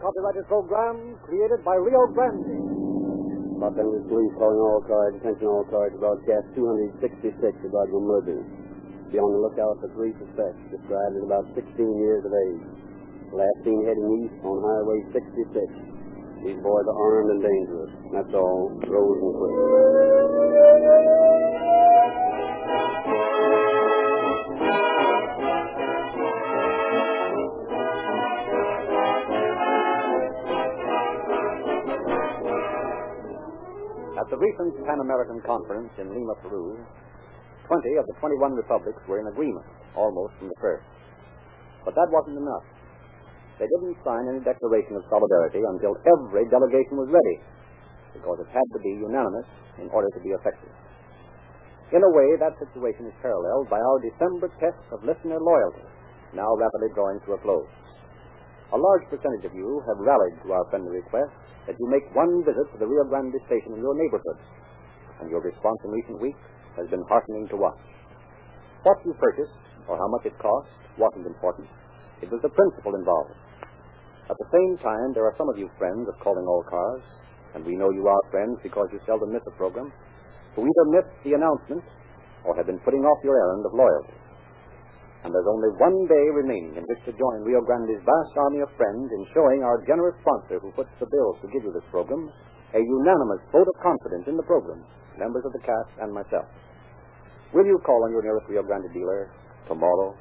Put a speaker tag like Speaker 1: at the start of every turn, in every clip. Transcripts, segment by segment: Speaker 1: copyrighted program created by Rio Grande.
Speaker 2: Los Angeles Police calling all cars, attention all cars, broadcast 266 about the murder. Be on the lookout for three suspects, described as about 16 years of age. Last seen heading east on Highway 66. These boys are armed and dangerous. That's all. Rose and quick.
Speaker 1: At the recent Pan American Conference in Lima, Peru, 20 of the 21 republics were in agreement, almost from the first. But that wasn't enough. They didn't sign any declaration of solidarity until every delegation was ready, because it had to be unanimous in order to be effective. In a way, that situation is paralleled by our December test of listener loyalty, now rapidly drawing to a close. A large percentage of you have rallied to our friendly request that you make one visit to the Rio Grande station in your neighborhood, and your response in recent weeks has been heartening to watch. What you purchased or how much it cost wasn't important. It was the principle involved. At the same time, there are some of you friends of Calling All Cars, and we know you are friends because you seldom miss a program, who either missed the announcement or have been putting off your errand of loyalty. And there's only one day remaining in which to join Rio Grande's vast army of friends in showing our generous sponsor who puts the bills to give you this program a unanimous vote of confidence in the program, members of the cast and myself. Will you call on your nearest Rio Grande dealer tomorrow?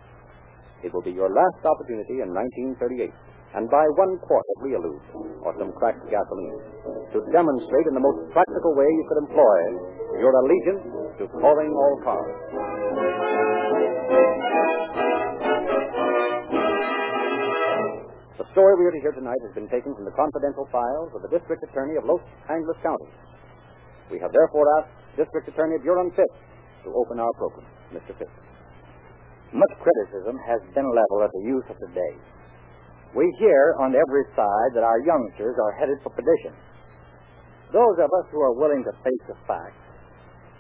Speaker 1: It will be your last opportunity in 1938 and buy one quart of Realude or some cracked gasoline to demonstrate in the most practical way you could employ your allegiance to calling all cars. The story we are to hear tonight has been taken from the confidential files of the district attorney of Los Angeles County. We have therefore asked District Attorney Buren Fitz to open our program. Mr. Fitz.
Speaker 3: Much criticism has been leveled at the youth of today. We hear on every side that our youngsters are headed for perdition. Those of us who are willing to face the facts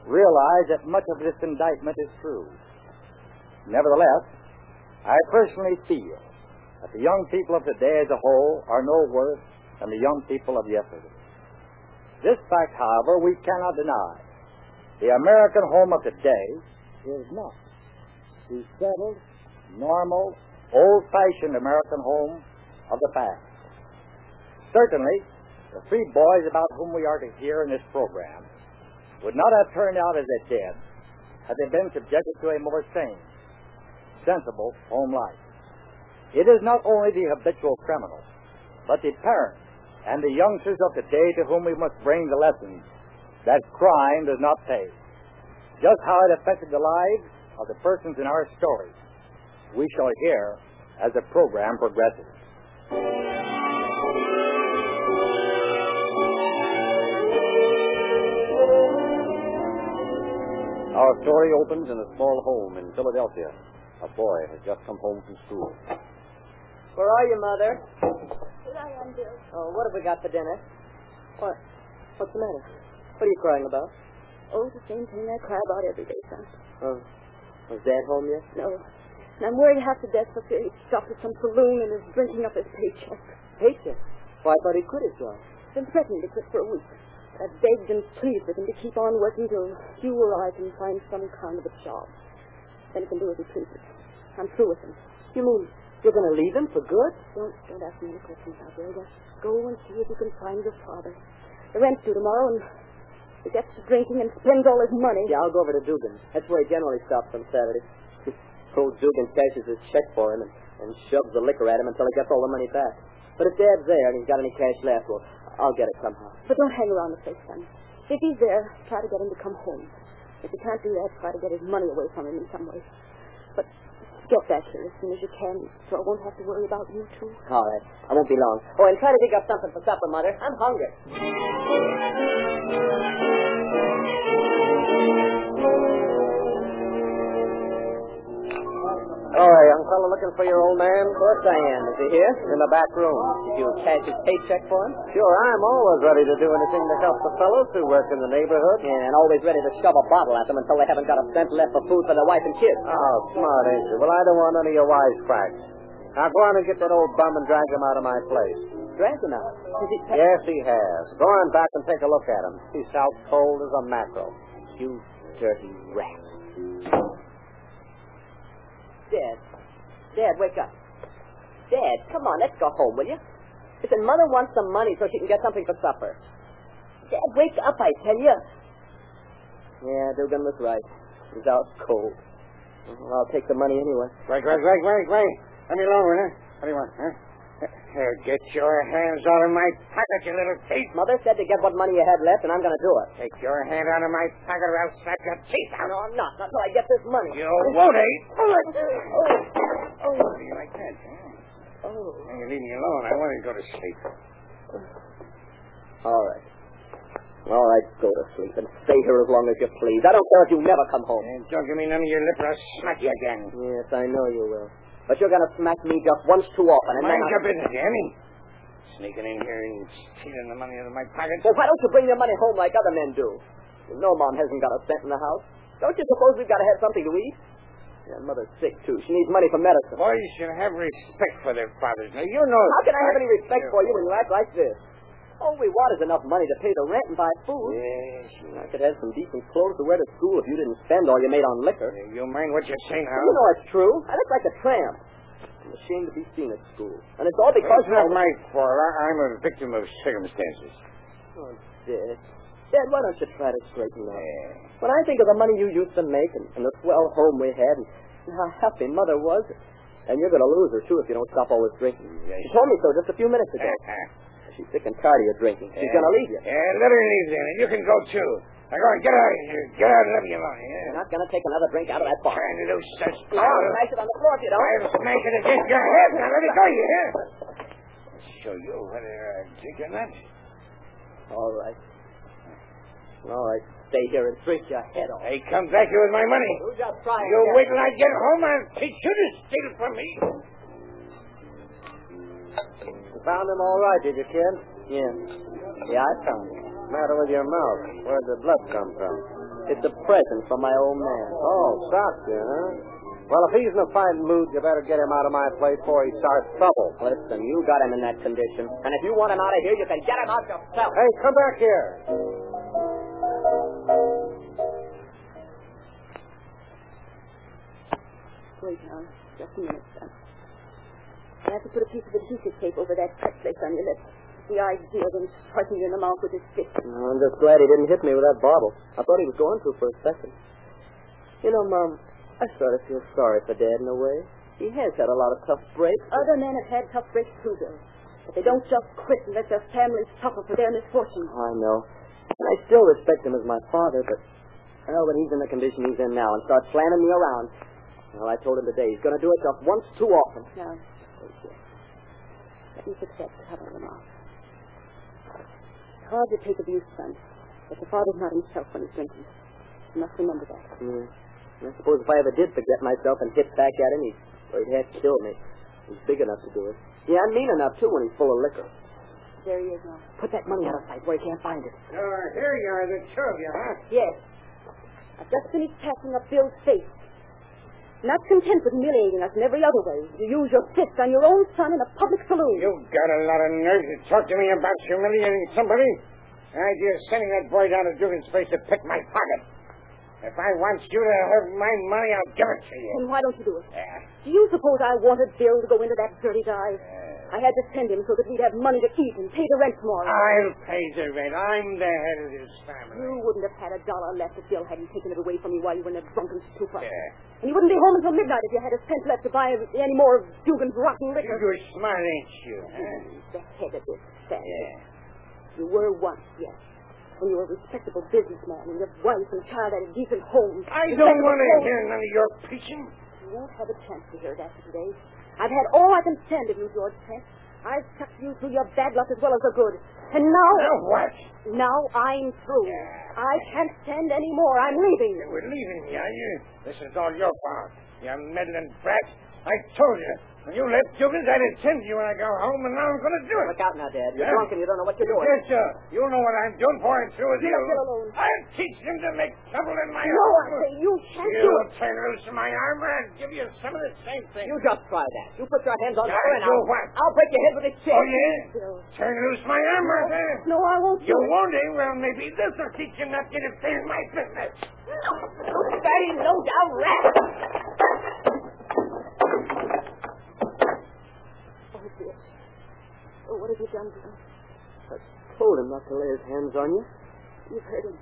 Speaker 3: realize that much of this indictment is true. Nevertheless, I personally feel that the young people of today as a whole are no worse than the young people of yesterday. This fact, however, we cannot deny. The American home of today is not the settled, normal, old fashioned American home of the past. Certainly, the three boys about whom we are to hear in this program would not have turned out as they did had they been subjected to a more sane, sensible home life. It is not only the habitual criminal, but the parents and the youngsters of today to whom we must bring the lesson that crime does not pay. Just how it affected the lives of the persons in our story, we shall hear as the program progresses.
Speaker 1: Our story opens in a small home in Philadelphia. A boy has just come home from school.
Speaker 4: Where are you, Mother?
Speaker 5: Here I am, Bill.
Speaker 4: Oh, what have we got for dinner?
Speaker 5: What? What's the matter?
Speaker 4: What are you crying about?
Speaker 5: Oh, the same thing I cry about every day, son.
Speaker 4: Oh, was Dad home yet?
Speaker 5: No. And I'm worried half to death for fear he'd stop at some saloon and is drinking up his paycheck.
Speaker 4: Paycheck. Why, I thought he quit his job.
Speaker 5: Been threatening to quit for a week. I begged and pleaded with him to keep on working till you or I can find some kind of a job. Then he can do as he pleases. I'm through with him.
Speaker 4: You mean you're going to leave him for good?
Speaker 5: Don't, don't ask me any questions, Alberta. Go and see if you can find your father. The rent's due tomorrow, and he gets to drinking and spends all his money.
Speaker 4: Yeah, I'll go over to Dugan. That's where he generally stops on Saturday. Old Dugan cashes his check for him and, and shoves the liquor at him until he gets all the money back. But if Dad's there and he's got any cash left, well, I'll get it somehow.
Speaker 5: But don't hang around the place, son. If he's there, try to get him to come home. If you can't do that, try to get his money away from him in some way. But get back here as soon as you can, so I won't have to worry about you two.
Speaker 4: All right. I won't be long. Oh, and try to dig up something for supper, Mother. I'm hungry.
Speaker 3: Oh, young fellow looking for your old man?
Speaker 4: Of course I am. Is he here?
Speaker 3: In the back room.
Speaker 4: Did you cash his paycheck for him?
Speaker 3: Sure, I'm always ready to do anything to help the fellows who work in the neighborhood.
Speaker 4: Yeah, and always ready to shove a bottle at them until they haven't got a cent left for food for their wife and kids.
Speaker 3: Oh, smart, ain't you? Well, I don't want none of your wisecracks. Now go on and get that old bum and drag him out of my place.
Speaker 4: dragged him out. Is he-
Speaker 1: Yes, he has. Go on back and take a look at him. He's out cold as a mackerel. You dirty rat.
Speaker 4: Dad. Dad, wake up. Dad, come on, let's go home, will you? Listen, Mother wants some money so she can get something for supper. Dad, wake up, I tell you. Yeah, Dugan was right. He's out cold. Well, I'll take the money anyway.
Speaker 6: Wait, wait, wait, wait, wait. Let me alone, will you? What do you want, huh? Here, get your hands out of my pocket, you little thief.
Speaker 4: Mother said to get what money you had left, and I'm going to do it.
Speaker 6: Take your hand out of my pocket or I'll snap your teeth out.
Speaker 4: No, I'm not. Not till I get this money.
Speaker 6: You won't, eh? Pull it.
Speaker 4: Oh, oh,
Speaker 6: You like that, huh?
Speaker 4: oh.
Speaker 6: Now you leave me alone. I want to go to sleep.
Speaker 4: All right. All right, go to sleep and stay here as long as you please. I don't care if you never come home.
Speaker 6: And don't give me none of your lip or I'll smack you again.
Speaker 4: Yes, I know you will. But you're going to smack me just once too often, and then
Speaker 6: Mind
Speaker 4: I-
Speaker 6: your business, Annie. Sneaking in here and stealing the money out of my pocket.
Speaker 4: Well, why don't you bring your money home like other men do? You know Mom hasn't got a cent in the house. Don't you suppose we've got to have something to eat? Your mother's sick, too. She needs money for medicine.
Speaker 6: Boys should have respect for their fathers. Now, you know...
Speaker 4: How can I have any respect for you when you act like this? All we want is enough money to pay the rent and buy food.
Speaker 6: Yes, you
Speaker 4: I could have some decent clothes to wear to school if you didn't spend all you made on liquor.
Speaker 6: You mind what you say now?
Speaker 4: You know it's true. I look like a tramp. I'm ashamed to be seen at school. And it's all because
Speaker 6: it's not my fault. I- I'm a victim of circumstances.
Speaker 4: Oh, Dad. Dad, why don't you try to straighten out?
Speaker 6: Yeah.
Speaker 4: When I think of the money you used to make and, and the swell home we had and, and how happy Mother was, and you're going to lose her, too, if you don't stop all this drinking.
Speaker 6: Yes.
Speaker 4: She told me so just a few minutes ago.
Speaker 6: She's
Speaker 4: She's sick and tired of your drinking. She's going to leave you.
Speaker 6: Yeah, let her leave then, and you can go too. Now go uh, on, get out of here. Get out and let me alone.
Speaker 4: You're
Speaker 6: Yeah.
Speaker 4: not going to take another drink out of that bar.
Speaker 6: Turn loose that
Speaker 4: I'll
Speaker 6: bottle.
Speaker 4: smash it on the floor if you don't.
Speaker 6: I'll smash it against your head. Now let me go, you hear? I'll show you whether I drink or not.
Speaker 4: All right. All right. Stay here and drink your head off.
Speaker 6: I come back here with my money.
Speaker 4: You just try it,
Speaker 6: You
Speaker 4: Dad.
Speaker 6: wait till I get home. I'll teach you to steal from me.
Speaker 1: You found him all right, did you, kid?
Speaker 4: Yeah. Yeah, I found it.
Speaker 1: Matter with your mouth? Where'd the blood come from?
Speaker 4: It's a present from my old man.
Speaker 1: Oh, shocked you, huh? Well, if he's in a fine mood, you better get him out of my place before he starts trouble.
Speaker 4: Listen, you got him in that condition. And if you want him out of here, you can get him out yourself.
Speaker 1: Hey, come back here.
Speaker 5: Wait now. Just a minute, son. I have to put a piece of adhesive tape over that cut place on your lip. The idea of him striking you in the mouth with his fist.
Speaker 4: Uh, I'm just glad he didn't hit me with that bottle. I thought he was going to for a second. You know, Mom, I sort of feel sorry for Dad in a way. He has had a lot of tough breaks.
Speaker 5: Other men have had tough breaks too, Bill. But they don't just quit and let their families suffer for their misfortune.
Speaker 4: I know. And I still respect him as my father, but well, when he's in the condition he's in now and starts slamming me around, well, I told him today he's going to do it just once too often.
Speaker 5: Now, wait here. Let me fix that cover of the mouth. It's hard to take abuse, son. But the father's not himself when he's drinking. You must remember that.
Speaker 4: Yeah. And I suppose if I ever did forget myself and hit back at him, he'd, or he'd have killed me. He's big enough to do it. Yeah, and mean enough, too, when he's full of liquor.
Speaker 5: There he is now.
Speaker 4: Put that money out of sight where he can't find it.
Speaker 6: Oh, here you are, the two of you, huh?
Speaker 5: Yes. I've just finished passing up Bill's face. Not content with humiliating us in every other way, you use your fist on your own son in a public saloon.
Speaker 6: You've got a lot of nerve to talk to me about humiliating somebody. The idea of sending that boy down to Dugan's place to pick my pocket. If I want you to have my money, I'll give it to you.
Speaker 5: And why don't you do it?
Speaker 6: Yeah.
Speaker 5: Do you suppose I wanted Bill to go into that dirty dive?
Speaker 6: Yeah.
Speaker 5: I had to send him so that we'd have money to eat and pay the rent tomorrow.
Speaker 6: I'll pay the rent. I'm the head of this family.
Speaker 5: You wouldn't have had a dollar left if Bill hadn't taken it away from you while you were in a drunken stupor.
Speaker 6: Yeah.
Speaker 5: And you wouldn't be home until midnight if you had a cent left to buy any more of Dugan's rotten liquor.
Speaker 6: You're smart, ain't you? Huh?
Speaker 5: The head of this family.
Speaker 6: Yeah.
Speaker 5: You were once, yes. When you were a respectable businessman and your wife and child had a decent home.
Speaker 6: I
Speaker 5: You
Speaker 6: don't
Speaker 5: said
Speaker 6: want to
Speaker 5: before-
Speaker 6: hear none of your preaching.
Speaker 5: You won't have a chance to hear it after today. I've had all I can stand of you, George Trent. I've sucked you through your bad luck as well as the good. And now,
Speaker 6: Now what?
Speaker 5: now I'm through.
Speaker 6: Yeah.
Speaker 5: I can't stand any more. I'm leaving
Speaker 6: You
Speaker 5: you.
Speaker 6: were leaving me, are you? This is all your fault. You meddling brat. I told you. When you left Dugan's, I'd attend to you when I go home, and now I'm going to do it.
Speaker 4: Look out now, Dad. You're
Speaker 6: Yeah.
Speaker 4: drunk and you don't know what you're doing.
Speaker 6: Yes, sir. You know what I'm doing for and through with
Speaker 5: You
Speaker 6: you.
Speaker 5: left it alone.
Speaker 6: I'll teach them trying to make trouble in my
Speaker 5: No, I
Speaker 6: arm.
Speaker 5: say you can't
Speaker 6: you
Speaker 5: do it.
Speaker 6: turn loose of my armor, I'll give you some of the same thing.
Speaker 4: You just try that. You put your hands on
Speaker 6: Yeah,
Speaker 4: her and
Speaker 6: you
Speaker 4: I'll,
Speaker 6: what?
Speaker 4: I'll break your head with a chair.
Speaker 6: Oh, yeah?
Speaker 5: Bill.
Speaker 6: Turn loose my armor, then.
Speaker 5: No, I
Speaker 4: Oh,
Speaker 5: won't do
Speaker 6: You
Speaker 5: it.
Speaker 6: won't, eh? Well, maybe this will teach you not to interfere in my business.
Speaker 4: Fatty, no down rat.
Speaker 5: Oh, dear. Oh, what have you done to him?
Speaker 4: Told him not to lay his hands on you.
Speaker 5: You've hurt him.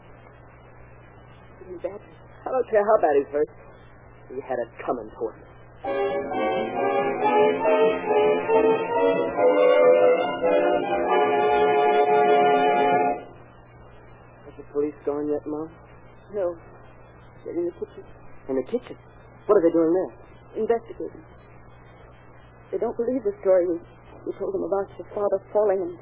Speaker 5: He's bad.
Speaker 4: I don't care how bad he's hurt. He had it coming to him. Has the police gone yet, Mom?
Speaker 5: No. They're in the kitchen.
Speaker 4: In the kitchen. What are they doing there?
Speaker 5: Investigating. They don't believe the story you, you told them about your father falling and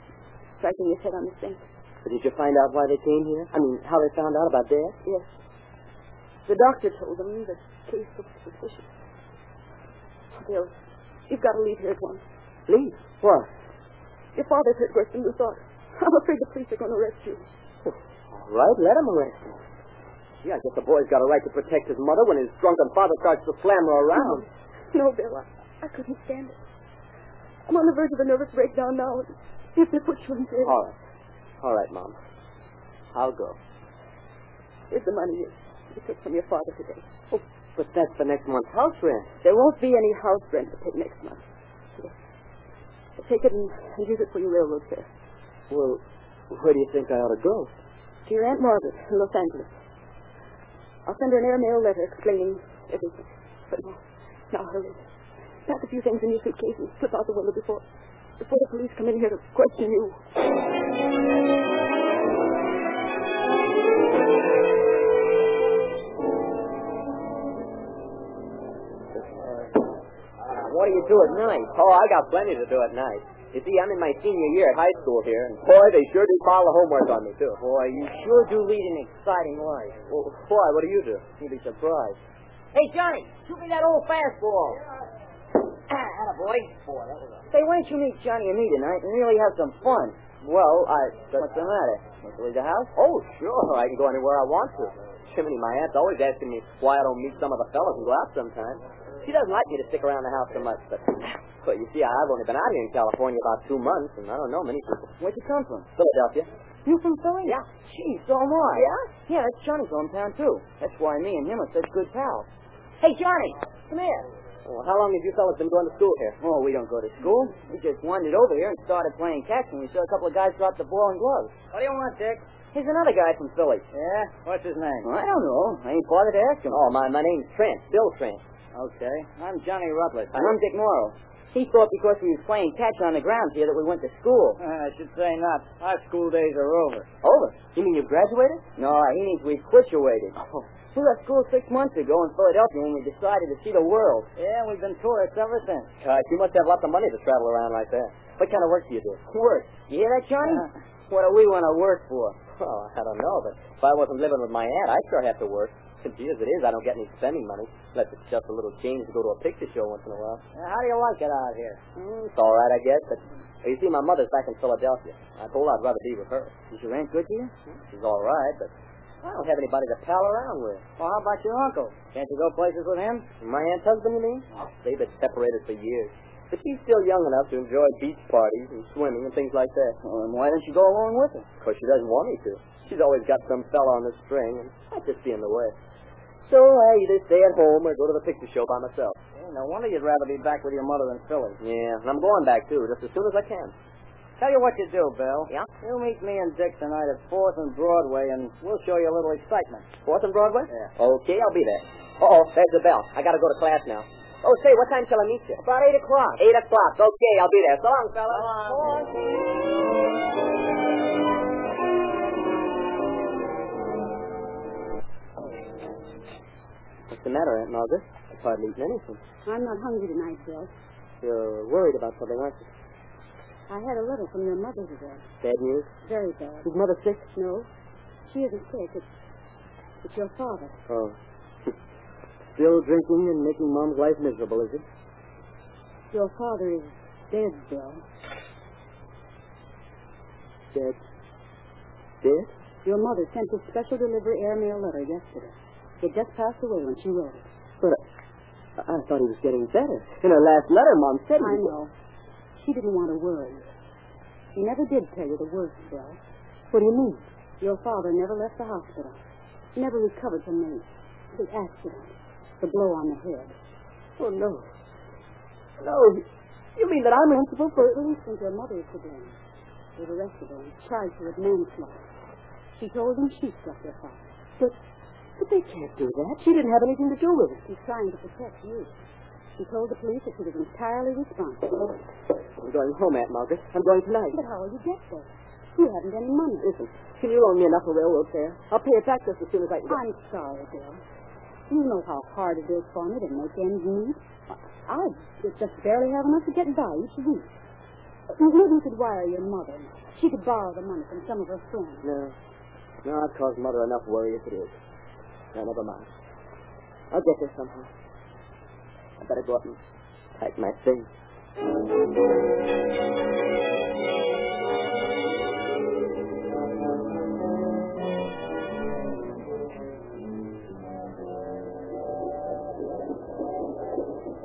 Speaker 5: striking his head on the sink.
Speaker 4: But did you find out why they came here? I mean, how they found out about Dad?
Speaker 5: Yes. The doctor told them the case looked suspicious. Bill, you've got to leave here at once.
Speaker 4: Leave. What?
Speaker 5: Your father's hurt worse than you thought. I'm afraid the police are going to arrest you.
Speaker 4: All right, let him arrest him. Gee, I guess the boy's got a right to protect his mother when his drunken father starts to slammer around.
Speaker 5: No, Bill, I, I couldn't stand it. I'm on the verge of a nervous breakdown now. If they put you in jail,
Speaker 4: All right.
Speaker 5: Mm-hmm.
Speaker 4: All right, Mom. I'll go.
Speaker 5: here's the money you, you took from your father today. Oh,
Speaker 4: But that's the next month's house rent.
Speaker 5: There won't be any house rent to pay next month. Yes. Take it and, and use it for your railroad fare.
Speaker 4: Well, where do you think I ought to go?
Speaker 5: To your Aunt Margaret in Los Angeles. I'll send her an airmail letter explaining everything. But now, now hurry. Pack a few things in your suitcase and slip out the window before before the police come in here to question you.
Speaker 4: Uh, What do you do at night? Oh, I got plenty to do at night. You see, I'm in my senior year at high school here, and boy, they sure do pile the homework on me, too. Boy, you sure do lead an exciting life. Well, why? What do you do? You'll be surprised.
Speaker 7: Hey, Johnny, shoot me that old fastball. Ah, boy. Boy, that was a... Say, why don't you meet Johnny and me tonight and really have some fun?
Speaker 4: Well, I.
Speaker 7: What's the matter? Want to leave the house?
Speaker 4: Oh, sure, I can go anywhere I want to. Jiminy, my aunt's always asking me why I don't meet some of the fellas who go out sometimes. She doesn't like me to stick around the house so much, but. Well, you see, I've only been out here in California about two months, and I don't know many people.
Speaker 7: Where'd you come from?
Speaker 4: Philadelphia.
Speaker 7: You from Philly? Yeah. Gee, so am I.
Speaker 4: Yeah?
Speaker 7: Yeah, that's Johnny's hometown, too. That's why me and him are such good pals. Hey, Johnny, come here.
Speaker 4: Well, how long have you fellas been going to school here?
Speaker 7: Well, Oh, we don't go to school. We just wandered over here and started playing catch when we saw a couple of guys drop the ball and gloves. What do you want, Dick?
Speaker 4: Here's another guy from Philly.
Speaker 7: Yeah? What's his name? I don't know. I ain't bothered to ask him.
Speaker 4: Oh, my, my name's Trent, Bill Trent.
Speaker 7: Okay. I'm Johnny Rutledge. And I'm Dick Morrow. He thought because we was playing catch on the ground here that we went to school. Uh, I should say not. Our school days are over.
Speaker 4: Over. You mean you graduated?
Speaker 7: No, he means we quituated.
Speaker 4: Oh.
Speaker 7: We left school six months ago in Philadelphia when we decided to see the world. Yeah, we've been tourists ever since.
Speaker 4: Gosh, Uh, you must have lots of money to travel around like that. What kind of work do you do?
Speaker 7: Work. You hear that, Johnny? what do we want to work for?
Speaker 4: Well, Oh, I don't know, but if I wasn't living with my aunt, I'd sure have to work. Confused it is, I don't get any spending money, unless it's just a little change to go to a picture show once in a while.
Speaker 7: Uh, How do you like it out here?
Speaker 4: Mm, it's all right, I guess, but well, you see, my mother's back in Philadelphia. I told her I'd rather be with her.
Speaker 7: Is your aunt good to you?
Speaker 4: She's all right, but I don't have anybody to pal around with.
Speaker 7: Well, how about your uncle? Can't you go places with him?
Speaker 4: My aunt's husband, you mean? They've been separated for years. But she's still young enough to enjoy beach parties and swimming and things like that.
Speaker 7: Well, then why don't you go along with him?
Speaker 4: Of course, she doesn't want me to. She's always got some fella on the string, and I'd just be in the way. So I either stay at home or go to the picture show by myself.
Speaker 7: Hey, no wonder you'd rather be back with your mother in Philly.
Speaker 4: Yeah, and I'm going back, too, just as soon as I can.
Speaker 7: Tell you what you do, Bill.
Speaker 4: Yeah?
Speaker 7: You meet me and Dick tonight at 4th and Broadway, and we'll show you a little excitement.
Speaker 4: Fourth and Broadway?
Speaker 7: Yeah.
Speaker 4: Okay, I'll be there.
Speaker 7: Oh,
Speaker 4: Uh-oh, there's the bell. I gotta go to class now. Oh, say, what time shall I meet you?
Speaker 7: About 8 o'clock.
Speaker 4: Eight o'clock. Okay, I'll be there. So long, fellas.
Speaker 7: So long.
Speaker 4: So long. What's the matter, Aunt Margaret? I've hardly eaten anything.
Speaker 5: I'm not hungry tonight, Bill.
Speaker 4: You're worried about something, aren't you?
Speaker 5: I had a letter from your mother today.
Speaker 4: Bad news?
Speaker 5: Very bad.
Speaker 4: His mother's sick?
Speaker 5: No, she isn't sick. It's, it's your father.
Speaker 4: Oh. Still drinking and making Mom's life miserable, is it?
Speaker 5: Your father is dead, Bill.
Speaker 4: Dead. Dead?
Speaker 8: Your mother sent this special delivery airmail letter yesterday. It just passed away when she wrote it.
Speaker 4: But I, I thought he was getting better. In her last letter, Mom said
Speaker 8: I
Speaker 4: he was.
Speaker 8: know. She didn't want to worry you. She never did tell you the worst, Bill. What do you mean? Your father never left the hospital. He never recovered from the, the accident, the blow on the head.
Speaker 4: Oh, no. No, you mean that I'm responsible for
Speaker 8: At least since your mother is to blame. They've arrested her and charged her with manslaughter. She told them she struck your father.
Speaker 4: But they can't do that. She didn't have anything to do with it.
Speaker 8: She's trying to protect you. She told the police that she was entirely responsible.
Speaker 4: I'm going home, Aunt Margaret. I'm going tonight.
Speaker 8: But how will you get there? You haven't any money.
Speaker 4: Listen, can you loan me enough for railroad fare? I'll pay it back just as soon as I can.
Speaker 8: I'm sorry, Bill. You know how hard it is for me to make ends meet. I I just barely have enough to get by each week. Maybe you could wire your mother. She could borrow the money from some of her friends.
Speaker 4: No. No, I've caused Mother enough worry as it is. Now, never mind. I'll get there somehow. I better go up and tighten my things.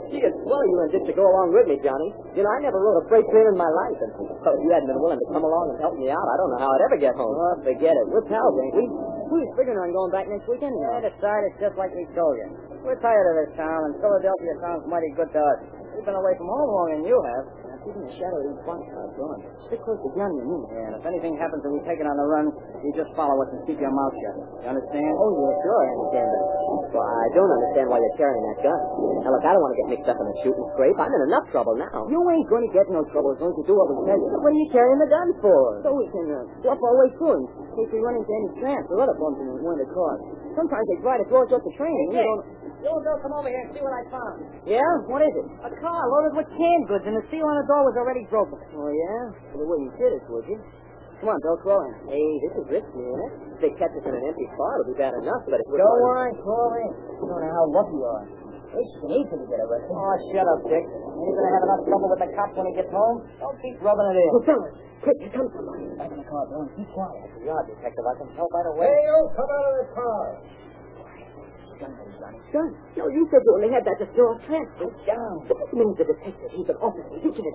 Speaker 4: Gee, it's swell you and Dick to go along with me, Johnny. You know, I never rode a freight train in my life, and well, if you hadn't been willing to come along and help me out, I don't know how I'd ever get home. Oh, forget it. We're pals, ain't we? Who's figuring on going back next weekend?
Speaker 7: I decided just like we told you. We're tired of this town, and Philadelphia sounds mighty good to us. We've been away from home longer than you have.
Speaker 4: I'm keeping the shadow of these boxcars going. Stick close to Johnny and me.
Speaker 7: Yeah, and if anything happens and we take it on the run, you just follow us and keep your mouth shut. You understand?
Speaker 4: Oh, yeah, sure, I understand that. Well, I don't understand why you're carrying that gun. Now, look, I don't want to get mixed up in a shooting scrape. I'm in enough trouble now.
Speaker 7: You ain't going to get no trouble as long as you do what we tell you.
Speaker 4: What are you carrying the gun for? So we can uh, bluff our way through in case we run into any snaps or other bumps in one of the cars. Sometimes they try to throw us off the train. and You don't...
Speaker 7: You and Bill come over here and see what I found.
Speaker 4: Yeah? What is it?
Speaker 7: A car loaded with canned goods, and the seal on the door was already broken.
Speaker 4: Oh, yeah? Well, you wouldn't hit us, would you? Come on, Bill, crawl in. Hey, this is risky, isn't it? If they catch us in an empty car, it'll be bad enough, but it's...
Speaker 7: Don't worry, call in. You don't know how lucky you are. They should need to get arrested. Oh, shut up, Dick. You're going to have enough trouble with the cops when he gets home. Don't keep rubbing it in.
Speaker 4: Oh, fellas, quick, here comes somebody.
Speaker 7: Back in the car, Bill, and keep quiet.
Speaker 4: We are, Detective. I can
Speaker 7: Tell by the way.
Speaker 4: you, come out of the car. Gun. No, you said you only had that just now. Transfer. Down. This means the detective. He's an officer. He can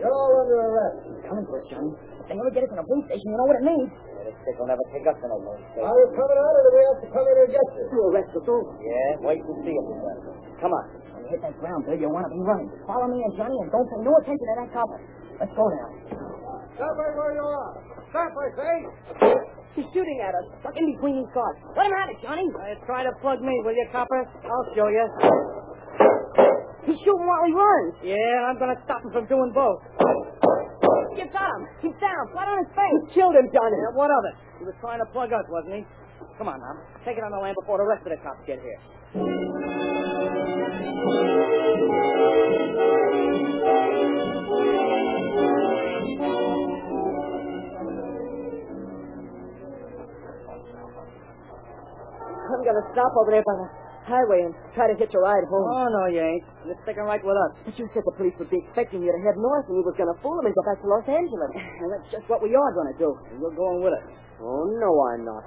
Speaker 6: You're all under arrest.
Speaker 7: Coming for us, Johnny. If they ever get us in a police station, you know what it means. this dick will never take us in a police station.
Speaker 6: you coming out, or do we have to come in and get you?
Speaker 4: You arrest us all.
Speaker 7: Yeah, wait and see if it does.
Speaker 4: Come on.
Speaker 7: When you hit that ground, Bill, you want to be running. Follow me and Johnny, and don't pay no attention to that copper. Let's go now.
Speaker 6: Stop right where you are. Stop, I say.
Speaker 4: He's shooting at us. Stuck in between these cars. Let him at it, Johnny.
Speaker 7: Uh, try to plug me, will you, copper? I'll show you.
Speaker 4: He's shooting while he runs.
Speaker 7: Yeah, I'm going to stop him from doing both.
Speaker 4: You got him. He's down. Flat on his face. You killed him, Johnny.
Speaker 7: Yeah, what of it? He was trying to plug us, wasn't he? Come on, now. Take it on the land before the rest of the cops get here.
Speaker 4: I'm going to stop over there by the highway and try to hitch a ride home.
Speaker 7: Oh, no, you ain't. You're sticking right with us.
Speaker 4: But you said the police would be expecting you to head north and you was going to fool them and go back to Los Angeles. And that's just what we are going to do.
Speaker 7: And you're going with us.
Speaker 4: Oh, no, I'm not.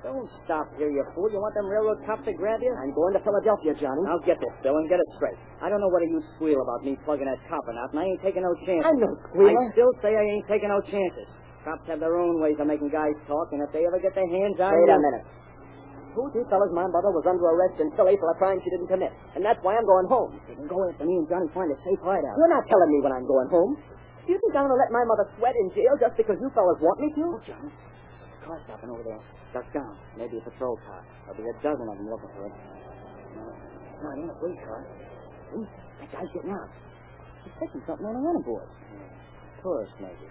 Speaker 7: Don't stop here, you fool. You want them railroad cops to grab you?
Speaker 4: I'm going to Philadelphia, Johnny.
Speaker 7: Now get this, Bill, and get it straight. I don't know whether you'd squeal about me plugging that copper out, and I ain't taking no chances.
Speaker 4: I'm no squealer.
Speaker 7: I still say I ain't taking no chances. Cops have their own ways of making guys talk, and if they ever get their hands on
Speaker 4: Wait
Speaker 7: you...
Speaker 4: a minute. Who you fellas, my mother was under arrest in Philly for a crime she didn't commit. And that's why I'm going home.
Speaker 7: You can go after me and Johnny find a safe hideout.
Speaker 4: You're not telling me when I'm going home. Do you think I'm going to let my mother sweat in jail just because you fellas want me to?
Speaker 7: Johnny, car stopping over there. Duck down. Maybe a patrol car. There'll be a dozen of them looking for it. No, no it ain't a police car. See? That guy's getting out. He's taking something on a running board. Tourist, maybe.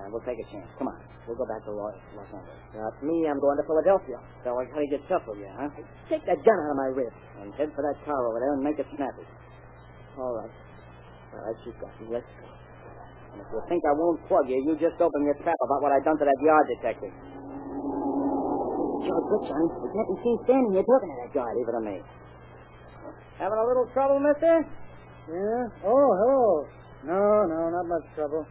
Speaker 7: Uh, we'll take a chance. Come on. We'll go back to Los, Los Angeles.
Speaker 4: Not me. I'm going to Philadelphia.
Speaker 7: So I gotta get tough with you, huh?
Speaker 4: Take that gun out of my ribs.
Speaker 7: And head for that car over there and make it snappy.
Speaker 4: All right. All right, you got me. Let's go.
Speaker 7: And if you think I won't plug you, you just open your trap about what I done to that yard detective.
Speaker 4: Sure, good, Johnny. We can't be seen standing here talking to that guy.
Speaker 7: Leave it to me. Having a little trouble, mister?
Speaker 9: Yeah? Oh, hello. No, no, not much trouble.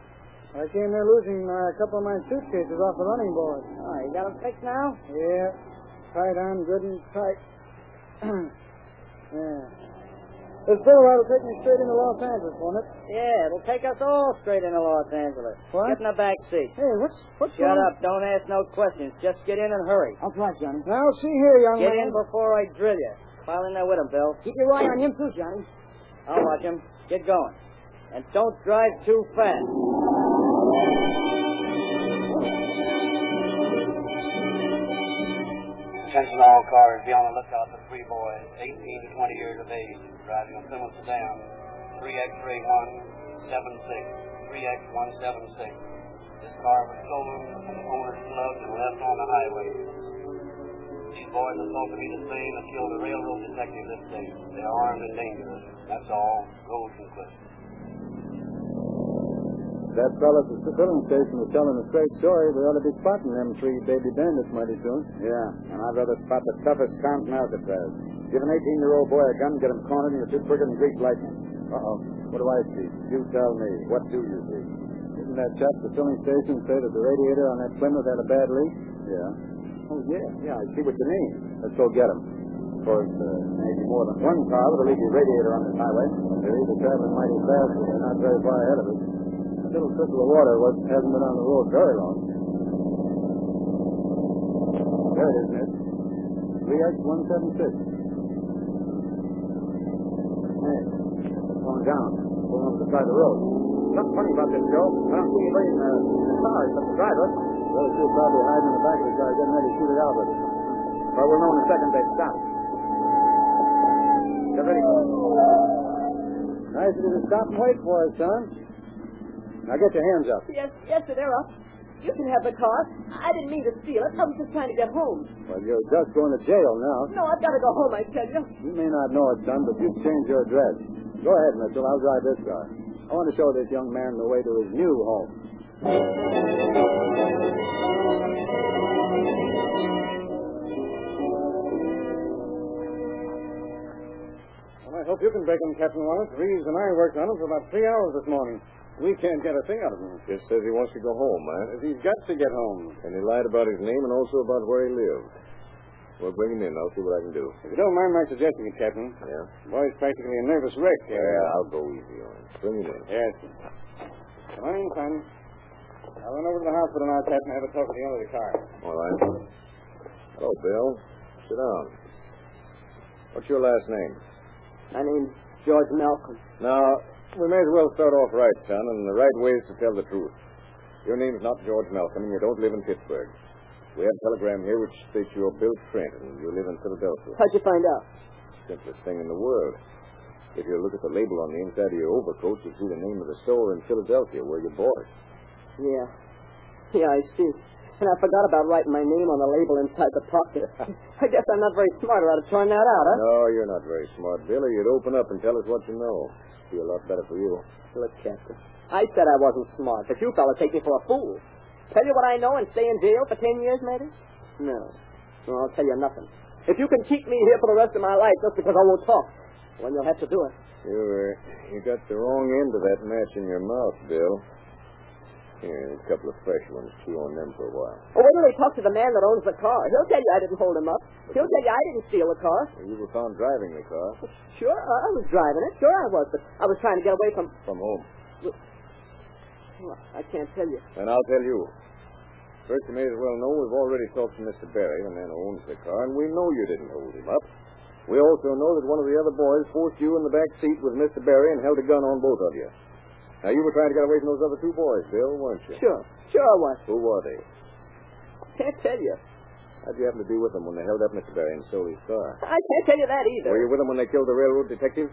Speaker 9: I came here losing uh, a couple of my suitcases off the running board.
Speaker 7: Oh, you got them fixed now?
Speaker 9: Yeah. Tight on, good and tight. yeah. This billboard will take me straight into Los Angeles, won't it?
Speaker 7: Yeah, it'll take us all straight into Los Angeles.
Speaker 9: What?
Speaker 7: Get in the back seat.
Speaker 9: Hey, what's what's
Speaker 7: Shut
Speaker 9: going
Speaker 7: up. Don't ask no questions. Just get in and hurry.
Speaker 9: That's right, Johnny. Now see here, young
Speaker 7: Get
Speaker 9: man.
Speaker 7: in before I drill you. File in there with him, Bill.
Speaker 9: Keep your eye on him too, Johnny.
Speaker 7: I'll watch him. Get going. And don't drive too fast.
Speaker 2: Attention all cars, be on the lookout for three boys, 18 to 20 years of age, driving a Plymouth sedan, 3X38176, 3X176. This car was stolen from the owner's club and left on the highway. These boys are supposed to be the same that killed a railroad detective this day. They're armed and dangerous. That's all. Road conclusion.
Speaker 9: That fellow at the filling station was telling a straight story. We ought to be spotting them three baby bandits mighty soon.
Speaker 2: Yeah, and I'd rather spot the toughest count in Alcatraz. Give an 18 year old boy a gun, get him cornered, and you'll shoot quicker than Greek lightning. Uh oh. What do I see? You tell me. What do you see?
Speaker 9: Didn't that chap at the filling station say that the radiator on that Plymouth had a bad leak?
Speaker 2: Yeah. Oh, yeah, yeah, I see what you mean. Let's go get him. Of course, uh, maybe more than one car with a leaky radiator on this highway.
Speaker 9: They're either traveling mighty fast or they're not very far ahead of us. That little trickle of water was, hasn't been on the road very long. There it is, Miss. 3X176.
Speaker 2: Hey, it's going down. Going over the side of the road. Not funny about this, Joe. I don't see anybody in the cars but the driver.
Speaker 9: Those two probably hiding in the back of the car getting ready to shoot it out with us.
Speaker 2: Well, we'll know in a second they stop. Get ready for it.
Speaker 9: Nice of you to stop and wait for us, son. Now get your hands up.
Speaker 5: Yes, yes, sir, they're up. You can have the car. I didn't mean to steal it. I was just trying to get home.
Speaker 9: Well, you're just going to jail now.
Speaker 5: No,
Speaker 4: Oh,
Speaker 5: I've got to go home, I tell you.
Speaker 9: You may not know it, son, but you've changed your address. Go ahead, Mitchell. I'll drive this car. I want to show this young man the way to his new home.
Speaker 1: Well, I hope you can break them, Captain Wallace. Reeves and I worked on them for about three hours this morning. We can't get a thing out of him.
Speaker 10: Just says he wants to go home, eh?
Speaker 1: He's got to get home.
Speaker 10: And he lied about his name and also about where he lived. Well, bring him in. I'll see what I can do.
Speaker 1: If you don't mind my suggesting it, Captain,
Speaker 10: Yeah?
Speaker 1: the boy's practically a nervous wreck. Uh,
Speaker 10: Yeah, I'll go easy on him. Bring him in.
Speaker 1: Yes. Come on, son. I'll run over to the hospital now, Captain, and have a talk with the owner of the car.
Speaker 10: All right. Hello, Bill. Sit down. What's your last name?
Speaker 4: My name's George Malcolm.
Speaker 10: Now, we may as well start off right, son, and the right way is to tell the truth. Your name's not George Malcolm, and you don't live in Pittsburgh. We have a telegram here which states you're Bill Trent, and you live in Philadelphia.
Speaker 4: How'd you find out?
Speaker 10: Simplest thing in the world. If you look at the label on the inside of your overcoat, you see the name of the store in Philadelphia where you bought it.
Speaker 4: Yeah. Yeah, I see. And I forgot about writing my name on the label inside the pocket. I guess I'm not very smart about trying that out, huh?
Speaker 10: No, you're not very smart, Bill, or you'd open up and tell us what you know. Be a lot better for you.
Speaker 4: Look, Captain, I said I wasn't smart, but you fellas take me for a fool. Tell you what I know and stay in jail for ten years, maybe? No. No, I'll tell you nothing. If you can keep me here for the rest of my life just because I won't talk, well, you'll have to do it.
Speaker 10: You uh, you got the wrong end of that match in your mouth, Bill. Here, a couple of fresh ones. Chew on them for a while.
Speaker 4: Oh, wait till they talk to the man that owns the car. He'll tell you I didn't hold him up. He'll tell you I didn't steal the car.
Speaker 10: You were found driving the car
Speaker 4: Sure, I I was driving it. Sure I was, but I was trying to get away from...
Speaker 10: from home.
Speaker 4: Well, I can't tell you.
Speaker 10: And I'll tell you. First, you may as well know we've already talked to Mr. Barry, the man who owns the car, and we know you didn't hold him up. We also know that one of the other boys forced you in the back seat with Mr. Barry and held a gun on both of you. Now, you were trying to get away from those other two boys, Bill, weren't you?
Speaker 4: Sure. Sure I was.
Speaker 10: Who were they?
Speaker 4: Can't tell you.
Speaker 10: How'd you happen to be with them when they held up Mr. Barry and stole his car?
Speaker 4: I can't tell you that either.
Speaker 10: Were you with them when they killed the railroad detective?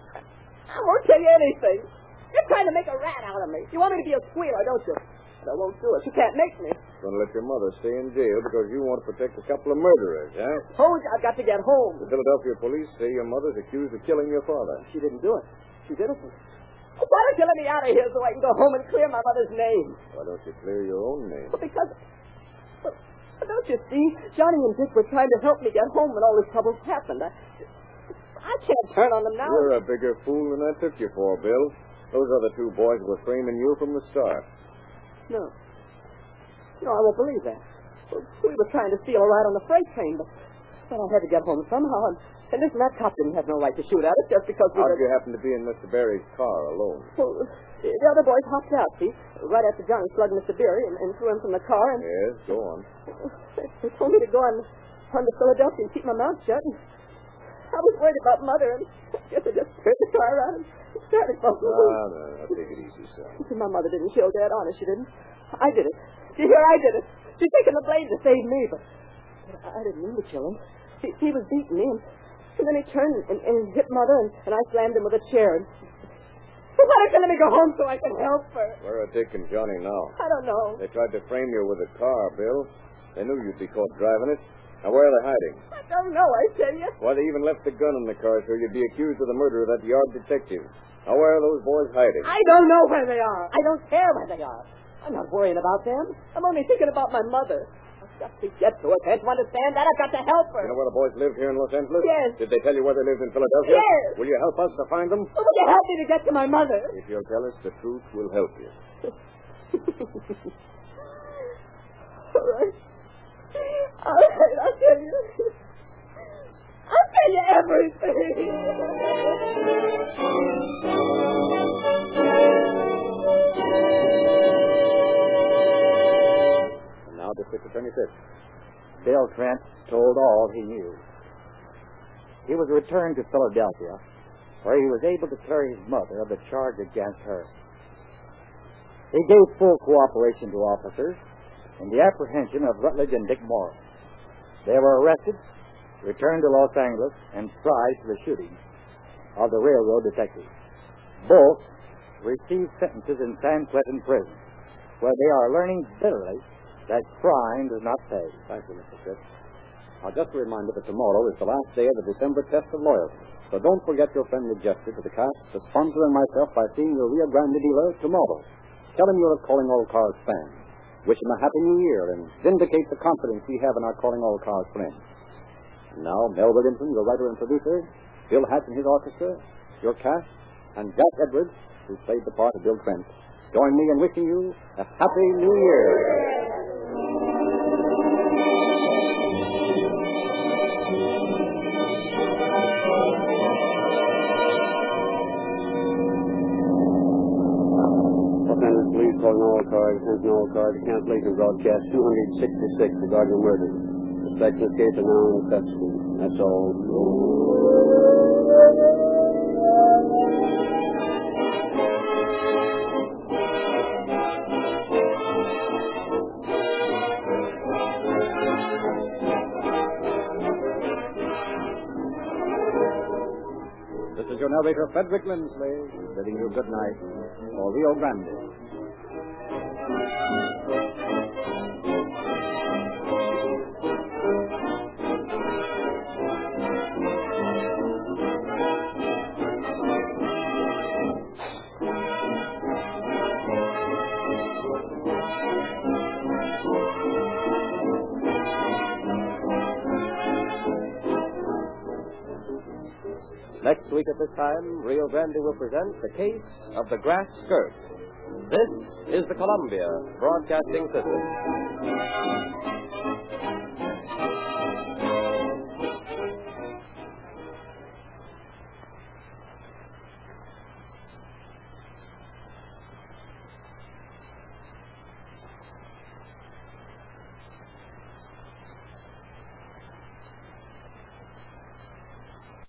Speaker 4: I won't tell you anything. You're trying to make a rat out of me. You want me to be a squealer, don't you? But I won't do it. You can't make me.
Speaker 10: Gonna let your mother stay in jail because you want to protect a couple of murderers, huh?
Speaker 4: Told you I've got to get home.
Speaker 10: The Philadelphia police say your mother's accused of killing your father.
Speaker 4: She didn't do it. She did it. Oh, Why don't you let me out of here so I can go home and clear my mother's name?
Speaker 10: Why don't you clear your own name?
Speaker 4: Well, because... Well, don't you see? Johnny and Dick were trying to help me get home when all this trouble happened. I, I can't turn on them now.
Speaker 10: You're a bigger fool than I took you for, Bill. Those other two boys were framing you from the start.
Speaker 4: No. No, I won't believe that. We were trying to steal a ride on the freight train, but, but I had to get home somehow, and, and this laptop didn't have no right to shoot at us just because we
Speaker 10: How
Speaker 4: were...
Speaker 10: did you happen to be in Mr. Barry's car alone?
Speaker 4: Well, the other boys hopped out, see? Right after Johnny slugged Mr. Beery and, and threw him from the car, and
Speaker 10: Yes, go on.
Speaker 4: they told me to go on, on to Philadelphia and keep my mouth shut. And I was worried about Mother, and I guess I just turned the car around and started bumping
Speaker 10: No,
Speaker 4: loose.
Speaker 10: Ah, no, no. Take it easy, son.
Speaker 4: See, My mother didn't kill Dad, honest, she didn't. I did it. See, here I did it. She's taking the blame to save me, but, but I didn't mean to kill him. He, he was beating me, and, and then he turned and, and hit Mother, and, and I slammed him with a chair. And, Mother said, let me go home so I can help her.
Speaker 10: Where are Dick and Johnny now?
Speaker 4: I don't know.
Speaker 10: They tried to frame you with a car, Bill. They knew you'd be caught driving it. Now, where are they hiding?
Speaker 4: I don't know, I tell you.
Speaker 10: Why, they even left the gun in the car so you'd be accused of the murder of that yard detective. Now, where are those boys hiding?
Speaker 4: I don't know where they are. I don't care where they are. I'm not worrying about them. I'm only thinking about my mother. I've got to get to her. Can't you understand that? I've got to help her.
Speaker 10: You know where the boys lived here in Los Angeles?
Speaker 4: Yes.
Speaker 10: Did they tell you where they lived in Philadelphia?
Speaker 4: Yes.
Speaker 10: Will you help us to find them?
Speaker 4: But would you help me to get to my mother?
Speaker 10: If you'll tell us the truth, we'll help you.
Speaker 4: All right. All right, I'll tell you. I'll tell you everything.
Speaker 10: And now, District Attorney Fitz.
Speaker 3: Bill Trent told all he knew. He was returned to Philadelphia, where he was able to clear his mother of the charge against her. He gave full cooperation to officers in the apprehension of Rutledge and Dick Morris. They were arrested, returned to Los Angeles, and tried for the shooting of the railroad detective. Both received sentences in San Quentin prison, where they are learning bitterly that crime does not pay.
Speaker 1: Thank you, Mr. Fitz. Now, just a reminder that tomorrow is the last day of the December test of loyalty. So don't forget your friendly gesture to the cast, the sponsor, and myself by seeing your Rio Grande dealer tomorrow. Tell him you're a Calling All Cars fan. Wish him a happy new year and vindicate the confidence we have in our Calling All Cars friends. And now, Mel Williamson, your writer and producer, Bill Hatch and his orchestra, your cast, and Jack Edwards, who played the part of Bill Trent, join me in wishing you a happy new year.
Speaker 2: Los Angeles Police calling all cars, attention all cars, cancellation broadcast 266 regarding the murder. Suspect in this case are now in custody. That's all.
Speaker 1: This is your narrator, Frederick Lindsley, bidding you good night for Rio Grande. Next week at this time, Rio Grande will present the case of the grass skirt. This is the Columbia Broadcasting System.